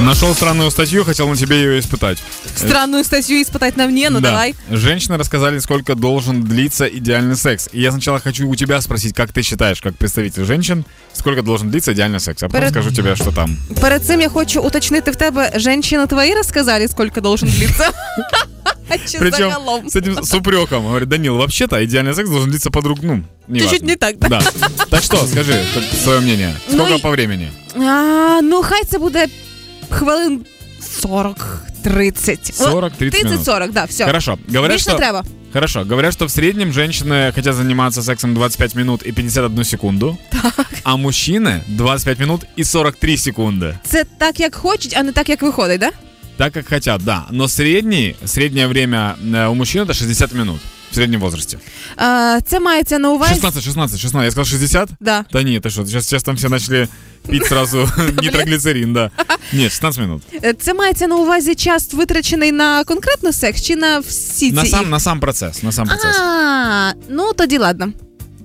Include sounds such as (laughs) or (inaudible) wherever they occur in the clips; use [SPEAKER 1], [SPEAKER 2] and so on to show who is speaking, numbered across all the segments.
[SPEAKER 1] Нашел странную статью, хотел на тебе ее испытать.
[SPEAKER 2] Странную статью испытать на мне, ну
[SPEAKER 1] Да.
[SPEAKER 2] давай.
[SPEAKER 1] Женщины рассказали, сколько должен длиться идеальный секс. И я сначала хочу у тебя спросить, как ты считаешь, как представитель женщин, сколько должен длиться идеальный секс. А потом
[SPEAKER 2] Перед-
[SPEAKER 1] скажу тебе, что
[SPEAKER 2] (laughs)
[SPEAKER 1] там.
[SPEAKER 2] Перед цим я хочу уточнити в тебе, женщини твої розказали, скільки должен длиться? (laughs) Чи загалом?
[SPEAKER 1] Причем с этим с упреком. Говорит, Данил, вообще-то идеальный секс должен длиться по друг, ну, неважно».
[SPEAKER 2] Чуть-чуть не так, да?
[SPEAKER 1] Да. Так что, скажи свое мнение.
[SPEAKER 2] Ну
[SPEAKER 1] Сколько
[SPEAKER 2] и-
[SPEAKER 1] по времени?
[SPEAKER 2] А, ну хай це буде хвилин 40-30.
[SPEAKER 1] 40-30 минут.
[SPEAKER 2] 30-40, да, все.
[SPEAKER 1] Хорошо. Говорят,
[SPEAKER 2] Більше не
[SPEAKER 1] что...
[SPEAKER 2] треба.
[SPEAKER 1] Хорошо. Говорят, что в среднем женщины хотят заниматься сексом 25 минут и 51 секунду. А мужчины 25 минут и 43 секунды.
[SPEAKER 2] Це так, як хочуть, а не так, як виходить, да?
[SPEAKER 1] Так, как хотят, да. Но средний, среднее время э, у мужчин это 60 минут в среднем возрасте.
[SPEAKER 2] А, це мається на увазі.
[SPEAKER 1] 16, 16, 16. Я сказал 60?
[SPEAKER 2] Да.
[SPEAKER 1] Да нет, ты что, сейчас, сейчас там все начали пить сразу нитроглицерин, да. Нет, 16 минут.
[SPEAKER 2] Е, Це мається на увазі час витрачений на конкретно секс чи на всі
[SPEAKER 1] На
[SPEAKER 2] ці
[SPEAKER 1] сам,
[SPEAKER 2] їх?
[SPEAKER 1] на сам процесс, на сам процесс.
[SPEAKER 2] А, ну тоді ладно.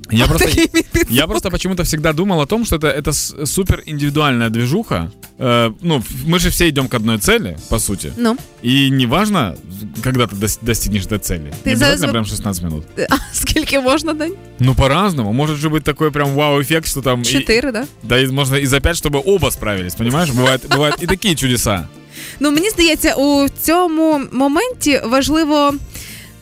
[SPEAKER 2] (laughs)
[SPEAKER 1] Я просто,
[SPEAKER 2] Такий мій підсумок.
[SPEAKER 1] я просто почему-то всегда думал о том, что это, это с- супер индивидуальная движуха. Э, ну, ф- мы же все идем к одной цели, по сути.
[SPEAKER 2] Ну,
[SPEAKER 1] И неважно, когда ты дос- достигнешь этой цели.
[SPEAKER 2] Ты
[SPEAKER 1] не
[SPEAKER 2] за-
[SPEAKER 1] обязательно прям 16 минут.
[SPEAKER 2] (laughs) а скільки можна день?
[SPEAKER 1] Ну, по-разному. Может же быть такой прям вау-эффект, что там... и-
[SPEAKER 2] Чотири, да?
[SPEAKER 1] да, и можно и за 5, чтобы оба справились, понимаешь? Бывают, бывают и такие чудеса.
[SPEAKER 2] Ну мені здається, у цьому моменті важливо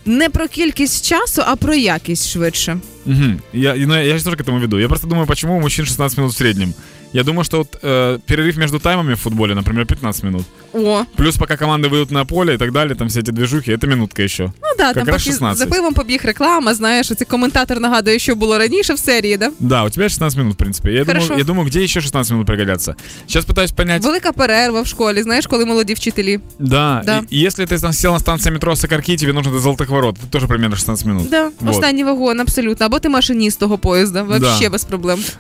[SPEAKER 2] не про кількість часу, а про якість швидше.
[SPEAKER 1] Мгм. Я, и, ну, я, я же тоже к этому веду. Я просто думаю, почему у мужчин 16 минут в среднем. Я думаю, что вот, э, перерыв между таймами в футболе, например, 15 минут.
[SPEAKER 2] О,
[SPEAKER 1] Плюс пока команды выйдут на поле и так далее, там все эти движухи, это минутка еще.
[SPEAKER 2] ну да,
[SPEAKER 1] Якраз
[SPEAKER 2] там поки
[SPEAKER 1] 16.
[SPEAKER 2] за пивом побіг реклама. Знаєш, оці коментатор нагадує, що було раніше в серії, да?
[SPEAKER 1] Да, у тебя 16 минут, в принципе. Я, думаю,
[SPEAKER 2] Хорошо.
[SPEAKER 1] я думаю, где еще 16 минут пригодятся. Сейчас пытаюсь понять.
[SPEAKER 2] Велика перерва в школі, знаєш, коли молоді вчителі.
[SPEAKER 1] Да,
[SPEAKER 2] Да.
[SPEAKER 1] И, и если ты там сел на станции метро Сокарки, тебе нужно до Золотых Ворот. Это тоже примерно 16 минут.
[SPEAKER 2] Да,
[SPEAKER 1] Вот.
[SPEAKER 2] останній вагон, абсолютно. Або ти машиніст того поїзда, вообще без проблем.